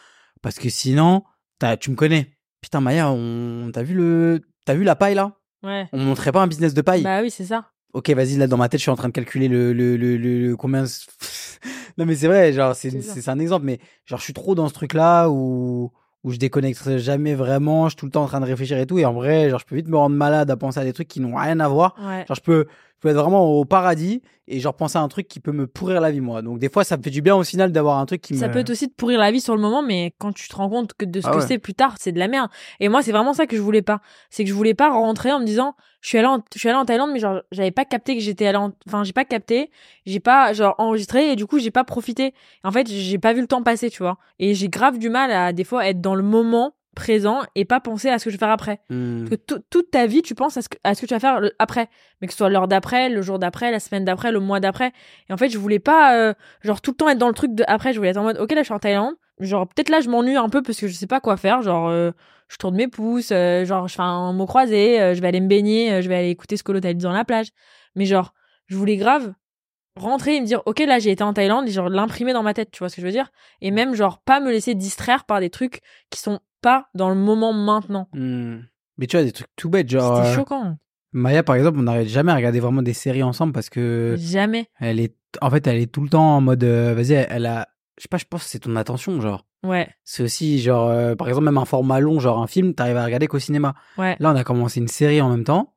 B: Parce que sinon, t'as- tu me connais. Putain, Maya, on... t'as vu, le... t'as vu la paille là
A: ouais.
B: On montrait pas un business de paille.
A: Bah oui, c'est ça.
B: Ok, vas-y, là, dans ma tête, je suis en train de calculer le, le, le, le- le combien. (laughs) non, mais c'est vrai, genre, c'est,
A: C'est ça.
B: c'est, c'est un exemple, mais genre, je suis trop dans ce truc-là où, où je déconnecte jamais vraiment, je suis tout le temps en train de réfléchir et tout. Et en vrai, genre, je peux vite me rendre malade à penser à des trucs qui n'ont rien à voir.
A: Ouais.
B: Genre, je peux, je peux être vraiment au paradis et genre penser à un truc qui peut me pourrir la vie, moi. Donc, des fois, ça me fait du bien au final d'avoir un truc qui
A: Ça
B: me.
A: peut aussi te pourrir la vie sur le moment, mais quand tu te rends compte que de ce
B: Ah
A: que
B: ouais.
A: c'est plus tard, c'est de la merde. Et moi, c'est vraiment ça que je voulais pas. C'est que je voulais pas rentrer en me disant, je suis allée en, je suis allée en Thaïlande, mais genre, j'avais pas capté que j'étais allée en, enfin, j'ai pas capté, j'ai pas, genre, enregistré, et du coup, j'ai pas profité. En fait, j'ai pas vu le temps passer, tu vois. Et j'ai grave du mal à, des fois, être dans le moment présent et pas penser à ce que je vais faire après.
B: Hmm.
A: Parce que tout- toute ta vie, tu penses à ce que, à ce que tu vas faire le- après. Mais que ce soit l'heure d'après, le jour d'après, la semaine d'après, le mois d'après. Et en fait, je voulais pas, euh, genre, tout le temps être dans le truc de après. Je voulais être en mode, ok, là, je suis en Thaïlande. Genre, peut-être là, je m'ennuie un peu parce que je sais pas quoi faire. Genre, euh, je tourne mes pouces, euh, genre, je fais un mot croisé, euh, je vais aller me baigner, euh, je vais aller écouter ce que l'autre a dit dans la plage. Mais genre, je voulais grave rentrer et me dire, ok, là, j'ai été en Thaïlande et genre, l'imprimer dans ma tête, tu vois ce que je veux dire?
B: Mm.
A: Et même, genre, pas me laisser distraire par des trucs qui sont pas dans le moment maintenant.
B: Hmm. Mais tu vois, des trucs tout bêtes, genre.
A: C'était
B: euh,
A: choquant.
B: Maya, par exemple, on n'arrête jamais à regarder vraiment des séries ensemble parce que
A: Jamais.
B: elle est, en fait, elle est tout le temps en mode, euh, vas-y, elle, elle a, je sais pas, je pense que c'est ton attention, genre.
A: Ouais,
B: C'est aussi, genre, euh, par exemple, même un format long, genre un film, t'arrives à regarder qu'au cinéma.
A: ouais.
B: Là, on a commencé une série en même temps.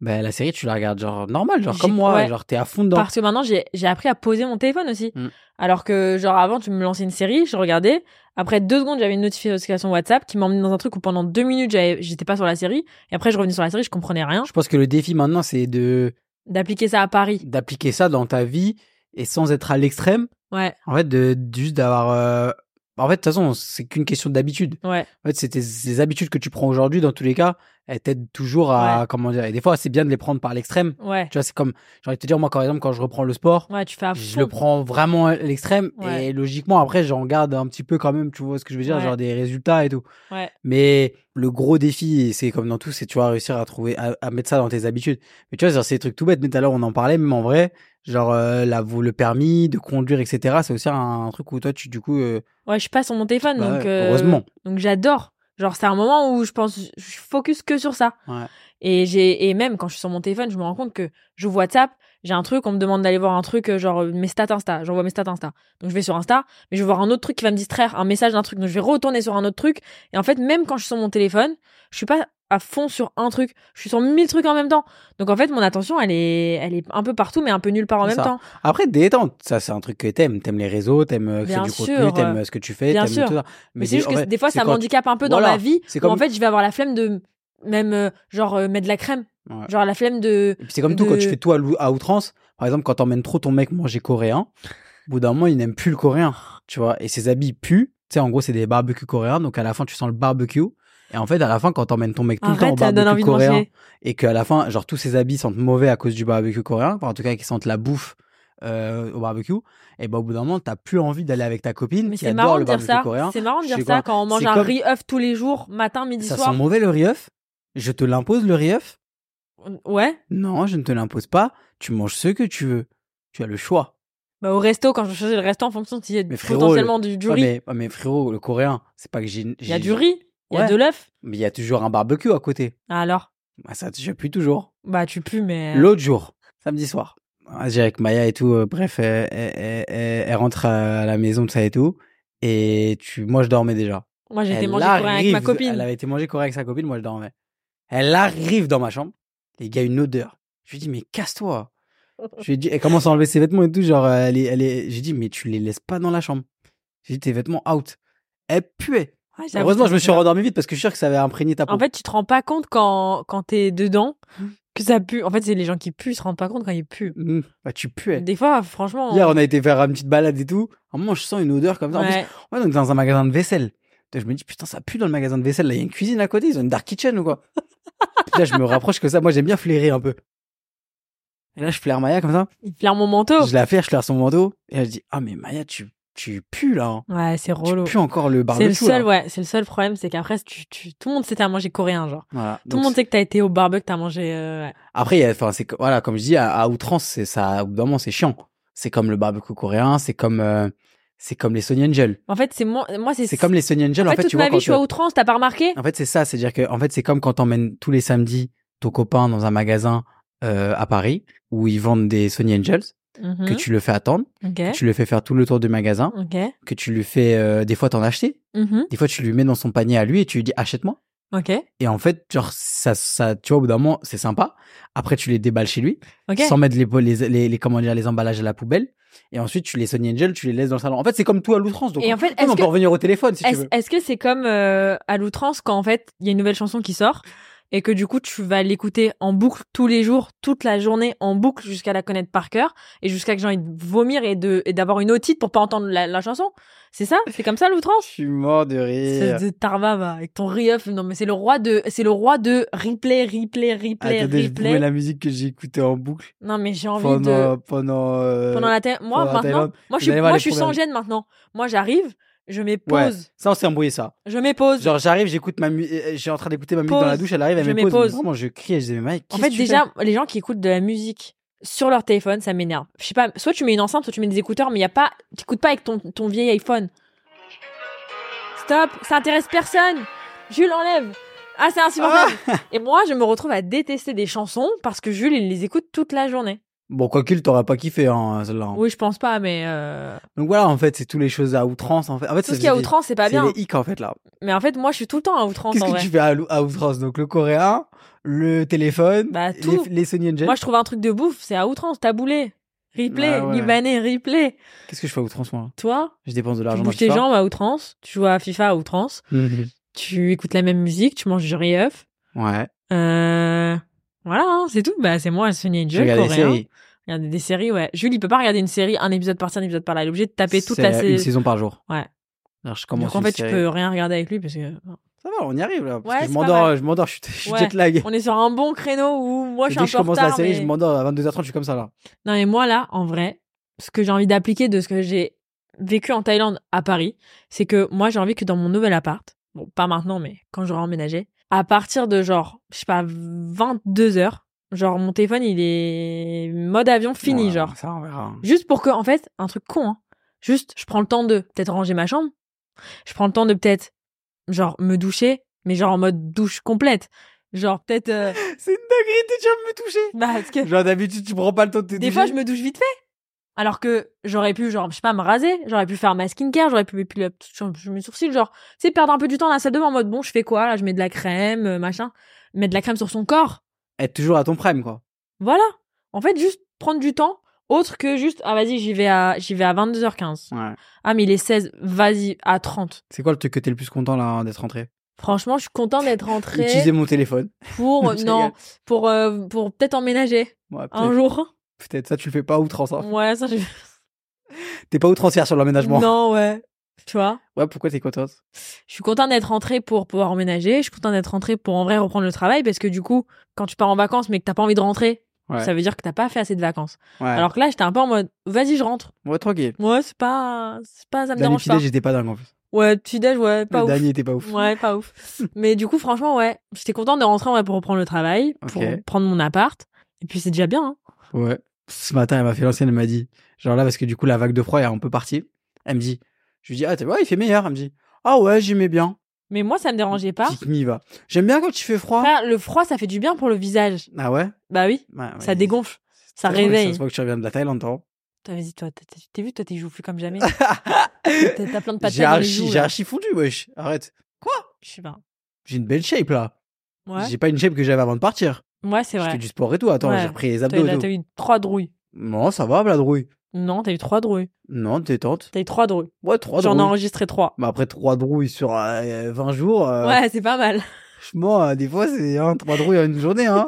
B: Ben, la série, tu la regardes, genre, normal, genre,
A: J'ai-
B: comme moi,
A: ouais.
B: genre, t'es à fond dedans.
A: Parce que maintenant, j'ai j'ai appris à poser mon téléphone aussi.
B: Mm.
A: Alors que, genre, avant, tu me lançais une série, je regardais. Après deux secondes, j'avais une notification WhatsApp qui m'emmenait dans un truc où pendant deux minutes, j'avais- j'étais pas sur la série. Et après, je revenais sur la série, je comprenais rien.
B: Je pense que le défi maintenant, c'est de,
A: D'appliquer ça à Paris.
B: d'appliquer ça dans ta vie et sans être à l'extrême.
A: Ouais,
B: En fait, de, juste d'avoir, euh, en fait, de toute façon, c'est qu'une question d'habitude.
A: ouais.
B: En fait, c'est tes- les habitudes que tu prends aujourd'hui, dans tous les cas, elles t'aident toujours à, comment dire, et des fois, c'est bien de les prendre par l'extrême.
A: Ouais,
B: Tu vois, c'est comme, j'ai envie de te dire, moi, par exemple, quand je reprends le sport,
A: ouais, tu fais à
B: je
A: fond.
B: le prends vraiment à l'extrême,
A: Ouais.
B: et logiquement, après, j'en garde un petit peu quand même, tu vois ce que je veux dire,
A: Ouais.
B: genre des résultats et tout.
A: Ouais.
B: Mais le gros défi, et c'est comme dans tout, c'est tu vas réussir à trouver, à, à mettre ça dans tes habitudes. Mais tu vois, genre, c'est des trucs tout bêtes, mais tout à l'heure, on en parlait, même en vrai, genre, euh, la, le permis de conduire, etc., c'est aussi un, truc où toi, tu, du coup, euh,
A: Ouais, je suis pas sur mon téléphone,
B: bah,
A: donc euh,
B: heureusement.
A: Donc j'adore. Genre c'est un moment où je pense, je focus que sur ça.
B: Ouais.
A: Et j'ai et même quand je suis sur mon téléphone, je me rends compte que je WhatsApp, j'ai un truc, on me demande d'aller voir un truc euh, genre euh, mes stats Insta, j'envoie mes stats Insta. Donc je vais sur Insta, mais je vais voir un autre truc qui va me distraire, un message d'un truc, donc je vais retourner sur un autre truc. Et en fait même quand je suis sur mon téléphone, je suis pas à fond sur un truc, je suis sur mille trucs en même temps. Donc en fait mon attention elle est elle est un peu partout mais un peu nulle part en
B: C'est
A: même
B: ça.
A: temps.
B: Après, détente, ça c'est un truc que t'aimes. T'aimes les réseaux, t'aimes euh, créer
A: Bien
B: du
A: sûr,
B: contenu, t'aimes
A: euh,
B: euh, ce que tu fais,
A: bien
B: t'aimes
A: sûr.
B: tout ça.
A: Mais c'est juste
B: en
A: que
B: fait,
A: des fois,
B: c'est
A: ça
B: quand tu-
A: m'handipe un peu dans
B: Voilà.
A: ma vie.
B: C'est
A: où en
B: comme-
A: fait, je vais avoir la flemme de même, euh, genre, euh, mettre de la crème.
B: Ouais.
A: Genre, la flemme de.
B: Et puis c'est comme tout, quand tu
A: de-
B: fais tout à, lou- à outrance, par exemple, quand t'emmènes trop ton mec manger coréen, au bout d'un moment, il n'aime plus le coréen, tu vois, et ses habits puent. Tu sais, en gros, c'est des barbecues coréens, donc à la fin, tu sens le barbecue. Et en fait, à la fin, quand t'emmènes ton mec tout le
A: Arrête,
B: temps
A: ça
B: au
A: me donne envie
B: barbecue
A: de
B: coréen,
A: manger.
B: et qu'à la fin, genre tous ses habits sentent mauvais à cause du barbecue coréen, enfin, en tout cas qu'ils sentent la bouffe euh, au barbecue, et ben au bout d'un moment, t'as plus envie d'aller avec ta copine
A: Mais
B: qui
A: c'est
B: adore
A: marrant
B: le
A: de dire
B: barbecue
A: ça.
B: coréen.
A: C'est marrant de
B: Je
A: dire
B: sais
A: ça
B: quoi.
A: quand on mange
B: C'est
A: un
B: comme-
A: riz œuf tous les jours, matin, midi,
B: Ça
A: soir.
B: sent mauvais le riz œuf Je te l'impose le riz œuf
A: Ouais.
B: Non, je ne te l'impose pas. Tu manges ce que tu veux. Tu as le choix.
A: Bah, au resto, quand je choisis le resto en fonction s'il y a
B: Mais frérot,
A: potentiellement du, du
B: Ouais,
A: riz.
B: mais, ouais, mais frérot, le coréen, c'est pas que j'ai.
A: Il y a du riz, il y a
B: Ouais.
A: de l'œuf.
B: Mais il y a toujours un barbecue à côté.
A: Alors,
B: Bah, ça, je plus toujours.
A: bah, tu pues, mais.
B: L'autre jour, samedi soir, ah, j'ai avec Maya et tout. euh, bref, elle, elle- elle- elle- elle rentre à la maison, tout ça et tout. Et tu, moi, je dormais déjà.
A: Moi, j'ai été
B: Elle
A: manger coréen avec ma
B: arrive- Elle
A: copine.
B: avait été manger coréen avec sa copine, moi je dormais. Elle arrive dans ma chambre, les gars, une odeur. Je lui dis, mais casse-toi. Je lui dis, elle commence à enlever ses vêtements et tout, genre, euh, elle est, elle est... J'ai dit, mais tu les laisses pas dans la chambre. J'ai dit, tes vêtements out. Elle puait.
A: Ouais, j'avoue,
B: Heureusement,
A: ça
B: je me
A: fait
B: suis
A: mal.
B: rendormi vite parce que je suis sûr que ça avait imprégné ta peau.
A: En fait, tu te rends pas compte quand, quand t'es dedans que ça pue. En fait, c'est les gens qui puent, ils se rendent pas compte quand ils puent.
B: Mmh, bah, tu puais.
A: Des fois, franchement.
B: Hier, on a été faire une petite balade et tout. À un moment, je sens une odeur comme ça. En plus,
A: ouais.
B: Ouais, donc dans un magasin de vaisselle. Putain, Je me dis, putain, ça pue dans le magasin de vaisselle. Là, il y a une cuisine à côté, ils ont une dark kitchen ou quoi.
A: (laughs)
B: Là, je me rapproche que ça. Moi, j'aime bien flairer un peu. Et là, je flaire Maya comme ça.
A: Il flaire mon manteau.
B: Je la flaire, je flaire son manteau. Et elle dit, ah, mais Maya, tu, tu pues là. hein.
A: Ouais, c'est relou.
B: Tu pues encore le
A: C'est
B: barbecue.
A: le seul,
B: là.
A: ouais, c'est le seul problème, c'est qu'après, tu, tu, tout le monde sait que t'as mangé coréen, genre.
B: Voilà.
A: Tout
B: Donc,
A: le monde sait que t'as été au barbecue, que t'as mangé. euh, ouais.
B: Après, il y a- enfin, c'est que- voilà, comme je dis, à, à outrance, c'est ça, au bout d'un moment, c'est chiant. C'est comme le barbecue coréen, c'est comme, euh, c'est comme les Sony Angels.
A: En fait, c'est moi, moi c'est.
B: C'est comme les Sony Angels.
A: En fait,
B: fait,
A: toute
B: tu
A: ma
B: vois,
A: vie,
B: quand
A: je suis à outrance, t'as pas remarqué
B: En fait, c'est ça, c'est-à-dire que en fait, c'est comme quand t'emmènes tous les samedis ton copain dans un magasin euh, à Paris où ils vendent des Sony Angels.
A: Mhm.
B: que tu le fais attendre,
A: Ok. Mmh.
B: que tu le fais faire tout le tour du magasin,
A: Ok.
B: que tu lui fais euh, des fois t'en acheter,
A: Mhm.
B: des fois tu lui mets dans son panier à lui et tu lui dis achète-moi.
A: Ok.
B: Et en fait, genre ça, ça tu vois, au bout d'un moment c'est sympa. Après tu les déballes chez lui,
A: Ok.
B: sans mettre les, les, les, les- comment dire les emballages à la poubelle. Et ensuite tu les Sony Angel, tu les laisses dans le salon. En fait c'est comme tout à l'outrance. Donc
A: Et en fait,
B: on
A: est-ce
B: peut
A: que
B: revenir au téléphone si tu
A: Est-ce
B: veux.
A: est-ce que c'est comme euh, à l'outrance quand en fait il y a une nouvelle chanson qui sort et que du coup tu vas l'écouter en boucle tous les jours, toute la journée en boucle jusqu'à la connaître par cœur et jusqu'à que j'ai envie de vomir et de et d'avoir une otite pour pas entendre la, la chanson C'est ça C'est comme ça
B: Je
A: l'outrance
B: suis mort de
A: C'est
B: rire.
A: de Tarva va, avec ton rieuf. Non mais c'est le roi de c'est le roi de replay replay replay
B: Attendez, je
A: replay.
B: bourrais la musique que j'ai écoutée en boucle
A: Non mais j'ai envie de
B: pendant pendant. euh,
A: pendant la Thaï- moi
B: pendant la
A: maintenant
B: Thaïlande.
A: moi
B: Vous
A: je suis
B: allez voir
A: moi
B: les
A: je suis sans
B: problèmes.
A: gêne maintenant. Moi j'arrive, je mets
B: Ouais.
A: pause,
B: Ça on s'est embrouillé ça.
A: je mets pause.
B: Genre j'arrive, j'écoute ma mu- euh, j'ai en train d'écouter ma musique
A: Pause.
B: dans la douche, elle arrive, elle
A: Je
B: me
A: mets
B: pose.
A: pause.
B: Vraiment, je crie, et je dis mais mec,
A: En
B: qu'est-ce
A: fait,
B: que tu
A: déjà, les gens qui écoutent de la musique sur leur téléphone, ça m'énerve. Je sais pas, soit tu mets une enceinte, soit tu mets des écouteurs, mais y a pas, t'écoutes pas avec ton, ton vieil iPhone. Stop, ça intéresse personne. Jules enlève. Ah, c'est insupportable.
B: (laughs)
A: Et moi, je me retrouve à détester des chansons parce que Jules, il les écoute toute la journée.
B: fais Bon, quoi qu'il t'auras pas kiffé hein, celle-là. hein.
A: Oui, je pense pas, mais euh,
B: Donc voilà, en fait, c'est toutes les choses à outrance en fait. En fait,
A: tout ce qui est à outrance, c'est pas bien.
B: C'est les hicks en fait là.
A: Mais en fait, moi, je suis tout le temps à outrance
B: Qu'est-ce
A: en
B: que
A: vrai.
B: tu fais à, lou- à outrance Donc le coréen, le téléphone,
A: Bah,
B: les-
A: tout.
B: les, Sony Angel.
A: Moi, je trouve un truc de bouffe, c'est à outrance, taboulé, replay,
B: Ah ouais.
A: libanais, replay.
B: Qu'est-ce que je fais à outrance moi
A: Toi,
B: Bah, Je dépense de
A: tu
B: l'argent dans
A: bouges tes
B: FIFA.
A: jambes à outrance, tu joues à FIFA à outrance.
B: Mhm.
A: tu écoutes la même musique, tu manges du riz œuf.
B: Ouais.
A: Euh, voilà, hein, c'est tout. Bah, c'est moi, Sonia
B: Je
A: Angel,
B: regarde des
A: coréen.
B: séries.
A: Regarder des séries, ouais. Jules, il peut pas regarder une série, un épisode par-ci, un épisode par-là. Il est obligé de taper toute
B: C'est
A: la
B: une
A: série.
B: saison par jour.
A: Ouais.
B: Alors je commence
A: Donc, en
B: une
A: fait, tu
B: série.
A: peux rien regarder avec lui parce que
B: Ça va, on y arrive là. parce
A: Ouais,
B: que
A: c'est
B: je
A: pas
B: m'endors,
A: mal.
B: je m'endors, je suis- je suis
A: Ouais.
B: jet lag.
A: on est sur un bon créneau où moi, je suis un
B: Dès
A: peu
B: que je
A: en
B: commence la
A: retard,
B: série,
A: mais-
B: je m'endors à 22h30, je suis comme ça là.
A: Non, mais moi, là, en vrai, ce que j'ai envie d'appliquer de ce que j'ai vécu en Thaïlande à Paris, c'est que moi, j'ai envie que dans mon nouvel appart, bon, pas maintenant, mais quand j'aurai emménagé, à partir de genre, je sais pas, 22 heures, genre, mon téléphone, il est mode avion fini,
B: Ouais,
A: genre.
B: Ça, on verra.
A: Juste pour que, en fait, un truc con, hein. Juste, je prends le temps de peut-être ranger ma chambre. Je prends le temps de peut-être, genre, me doucher, mais genre en mode douche complète. Genre, peut-être, euh, (laughs)
B: C'est une dinguerie, t'es déjà me toucher.
A: bah, parce que
B: Genre d'habitude, tu prends pas le temps de te
A: Des fois, je me douche vite fait. Alors que j'aurais pu, genre, je sais pas, me raser, j'aurais pu faire ma skincare, j'aurais pu m'épiler je- mes sourcils, genre, tu sais, perdre un peu du temps dans la salle de bain en mode, bon, je fais quoi, là, je mets de la crème, euh, machin, mettre de la crème sur son corps.
B: Être toujours à ton prime, quoi.
A: Voilà. En fait, juste prendre du temps, autre que juste, ah, vas-y, j'y vais à, j'y vais à 22h15.
B: Ouais.
A: Ah, mais il est 16, vas-y, à 30.
B: C'est quoi le truc que t'es le plus content là d'être rentré
A: Franchement, je suis content d'être rentrée
B: Utiliser mon téléphone.
A: pour,
B: Je
A: non,
B: rigole.
A: pour, euh, pour peut-être emménager
B: Ouais,
A: un
B: peut-être,
A: jour.
B: peut-être ça, tu le fais pas outrance. hein.
A: Ouais, ça, je...
B: T'es pas outrancière sur l'emménagement.
A: Non, ouais. Tu vois?
B: Ouais, pourquoi t'es contente
A: Je suis contente d'être rentrée pour pouvoir emménager. Je suis contente d'être rentrée pour en vrai reprendre le travail parce que du coup, quand tu pars en vacances mais que t'as pas envie de rentrer,
B: Ouais.
A: ça veut dire que t'as pas fait assez de vacances.
B: Ouais.
A: Alors que là, j'étais un peu en mode, vas-y, je rentre.
B: ouais, tranquille.
A: Ouais, c'est pas, c'est pas, ça me
B: Dernier
A: dérange pas.
B: filet, j'étais pas dingue en plus.
A: Ouais, petit déj, ouais, pas
B: le
A: ouf.
B: dernier était pas ouf.
A: Ouais, pas ouf. mais du coup, franchement, ouais, j'étais contente de rentrer en vrai pour reprendre le travail, pour
B: Ok.
A: prendre mon appart. Et puis c'est déjà bien. hein.
B: Ouais. Ce matin, elle m'a fait l'ancienne, elle m'a dit, genre là, parce que du coup, la vague de froid est un peu partie. Elle me dit, je lui dis, ah, t'es- ouais, il fait meilleur. Elle me dit, ah ouais, j'aimais bien.
A: Mais moi, ça me dérangeait pas.
B: Pique me va. J'aime bien quand il fait froid.
A: Frère, le froid, ça fait du bien pour le visage.
B: Ah ouais,
A: Bah oui,
B: Ouais, ouais.
A: ça dégonfle. Ça
B: C'est drôle,
A: réveille.
B: Ça se voit que tu reviens de la Thaïlande, toi.
A: (laughs) Toi, vas-y, toi, t'as- t'as vu, toi, t'es joufflu comme jamais. T'as t'as plein de patates
B: (laughs) J'ai
A: dans les
B: archi,
A: joues,
B: j'ai
A: là.
B: archi fondu, wesh. Arrête.
A: Je sais pas.
B: J'ai une belle shape là.
A: Ouais,
B: J'ai pas une shape que j'avais avant de partir.
A: ouais c'est
B: J'ai fait
A: vrai.
B: du sport et tout. Attends,
A: Ouais.
B: j'ai repris les
A: T'as eu,
B: abdos.
A: là,
B: et
A: t'as
B: tout.
A: eu trois drouilles.
B: Non, ça va, Bladrouille.
A: Non, t'as eu trois drouilles.
B: Non, détente.
A: T'as eu trois drouilles.
B: Ouais, trois
A: J'en ai
B: drouilles.
A: enregistré trois.
B: Mais après, trois drouilles sur euh, 20 jours. euh,
A: Ouais, c'est pas mal. (laughs)
B: Franchement, euh, des fois, c'est hein, trois drouilles en une journée. Hein.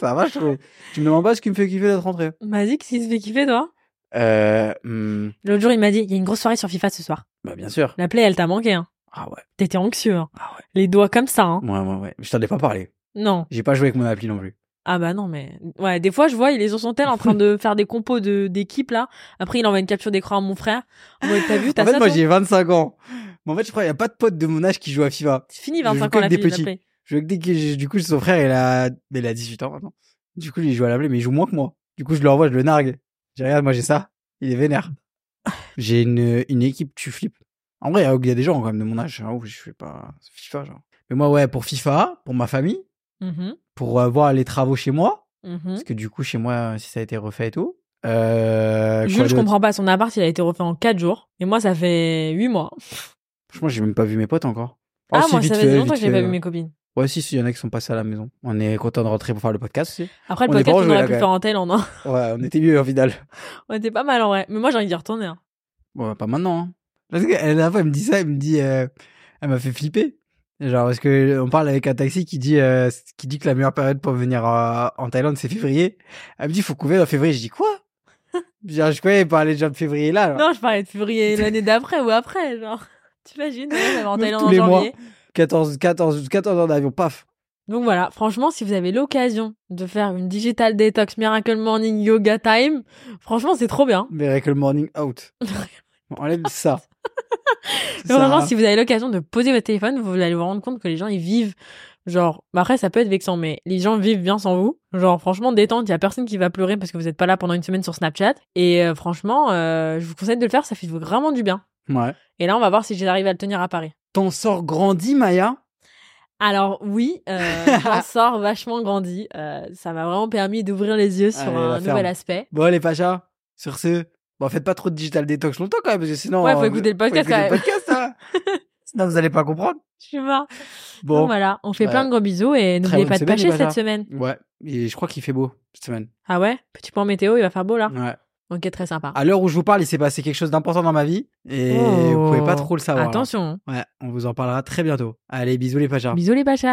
B: ça va, je trouve. Tu me demandes pas ce qui me fait kiffer d'être rentré.
A: Vas-y, qu'est-ce qui se fait kiffer, toi
B: Euh, hmm,
A: L'autre jour, il m'a dit, il y a une grosse soirée sur FIFA ce soir.
B: bah, bien sûr.
A: La play, elle t'a manqué, hein.
B: Ah ouais.
A: T'étais anxieux, hein.
B: Ah ouais. Mm.
A: Les doigts comme ça, hein.
B: Ouais, ouais, ouais. Je t'en ai pas parlé.
A: Non.
B: J'ai pas joué avec mon appli non plus.
A: Ah bah non, mais... Ouais, des fois, je vois, il est sur son tel en train
B: (laughs)
A: de faire des compos de d'équipe, là. Après, il envoie une capture d'écran à mon frère. En mode, t'as vu, t'as
B: En fait,
A: ça,
B: moi,
A: toi
B: j'ai 25 ans. Mais en fait, je crois qu'il y a pas de pote de mon âge qui joue à FIFA.
A: C'est fini,
B: je joue
A: 25 ans, la
B: qu'avec
A: fille
B: des
A: de la
B: petits.
A: play.
B: Je vois que dès que j'ai- du coup son frère il a mais il a 18 ans maintenant. Du coup il joue à la blé mais il joue moins que moi. Du coup je le renvoie, je le nargue. J'ai regarde moi j'ai ça, il
A: (laughs)
B: est vénère. J'ai une, une équipe tu flippes. En vrai il y a- il y, a des gens quand même de mon âge, hein, où je fais pas c'est FIFA genre. Mais moi ouais pour FIFA, pour ma famille,
A: Mhm,
B: pour euh, voir les travaux chez moi
A: mhm.
B: parce que du coup chez moi euh, si ça a été refait et tout. Euh, quoi
A: Jules, je
B: d'autre
A: comprends pas. Son appart, il a été refait en 4 jours. Et moi, ça fait 8 mois.
B: Franchement, j'ai même pas vu mes potes encore. Oh,
A: ah,
B: si,
A: moi,
B: Oh, vite
A: ça fait longtemps
B: vite
A: que j'ai pas
B: fait,
A: vu
B: ouais.
A: mes copines.
B: Ouais, si, si, il y en a qui sont passés à la maison. On est content de rentrer pour faire le podcast aussi.
A: Après, le
B: On est pas
A: podcast, on
B: enjoué,
A: aurait
B: là,
A: pu
B: quand
A: faire en (laughs) Thaïlande. hein.
B: Ouais, on était mieux au final.
A: On était pas mal en vrai. Mais moi, j'ai envie d'y retourner. hein.
B: Ouais, pas maintenant. Hein. Parce que la dernière fois, elle me dit ça, elle me dit. euh, elle m'a fait flipper. Genre, parce que on parle avec un taxi qui dit, euh, qui dit que la meilleure période pour venir euh, en Thaïlande, c'est février. Elle me dit, faut couvrir en février. Je dis, quoi (laughs) Genre, je croyais parler déjà de février là. alors.
A: Non, je parlais de
B: (laughs)
A: février l'année d'après ou après, genre. (laughs) T'imagines, ouais, j'avais en
B: Meuf,
A: Thaïlande
B: tous
A: en
B: les mois.
A: janvier.
B: 14, 14, 14 ans d'avion, paf.
A: Donc voilà, franchement, si vous avez l'occasion de faire une digital detox miracle morning yoga time, franchement, c'est trop bien.
B: Miracle Morning
A: (laughs)
B: Out. Bon, Enlève ça.
A: Mais vraiment, si vous avez l'occasion de poser votre téléphone, vous allez vous rendre compte que les gens, ils vivent, genre, bah après, ça peut être vexant, mais les gens vivent bien sans vous. Genre, franchement, détente, il y a personne qui va pleurer parce que vous n'êtes pas là pendant une semaine sur Snapchat. Et euh, franchement, euh, je vous conseille de le faire, ça fait vraiment du bien.
B: Ouais.
A: Et là, on va voir si j'arrive à le tenir à Paris.
B: T'en sors grandi, Maya
A: Alors oui,
B: (laughs)
A: euh, j'en sors vachement grandi. Euh, ça m'a vraiment permis d'ouvrir les yeux sur
B: Allez, la
A: un
B: ferme.
A: nouvel aspect.
B: Bon, les Pacha, sur ce, bon, faites pas trop de digital détox longtemps quand même, parce que sinon.
A: Ouais, faut
B: euh,
A: écouter le podcast,
B: faut écouter
A: quand
B: le podcast,
A: (laughs)
B: hein. Sinon, vous allez pas comprendre.
A: Je suis mort.
B: Bon.
A: Donc voilà, on fait
B: Bah,
A: plein de gros bisous et n'oubliez
B: bonne
A: pas de
B: semaine, les
A: pâcher cette
B: Bajas.
A: semaine.
B: Ouais. Et je crois qu'il fait beau cette semaine.
A: Ah ouais Petit point météo, il va faire beau là.
B: Ouais.
A: Ok, très sympa.
B: À l'heure où je vous parle, il s'est passé quelque chose d'important dans ma vie. Et
A: Oh.
B: vous pouvez pas trop le savoir.
A: Attention. hein.
B: là. Ouais. On vous en parlera très bientôt. Allez, bisous les Pachas.
A: Bisous les pachas.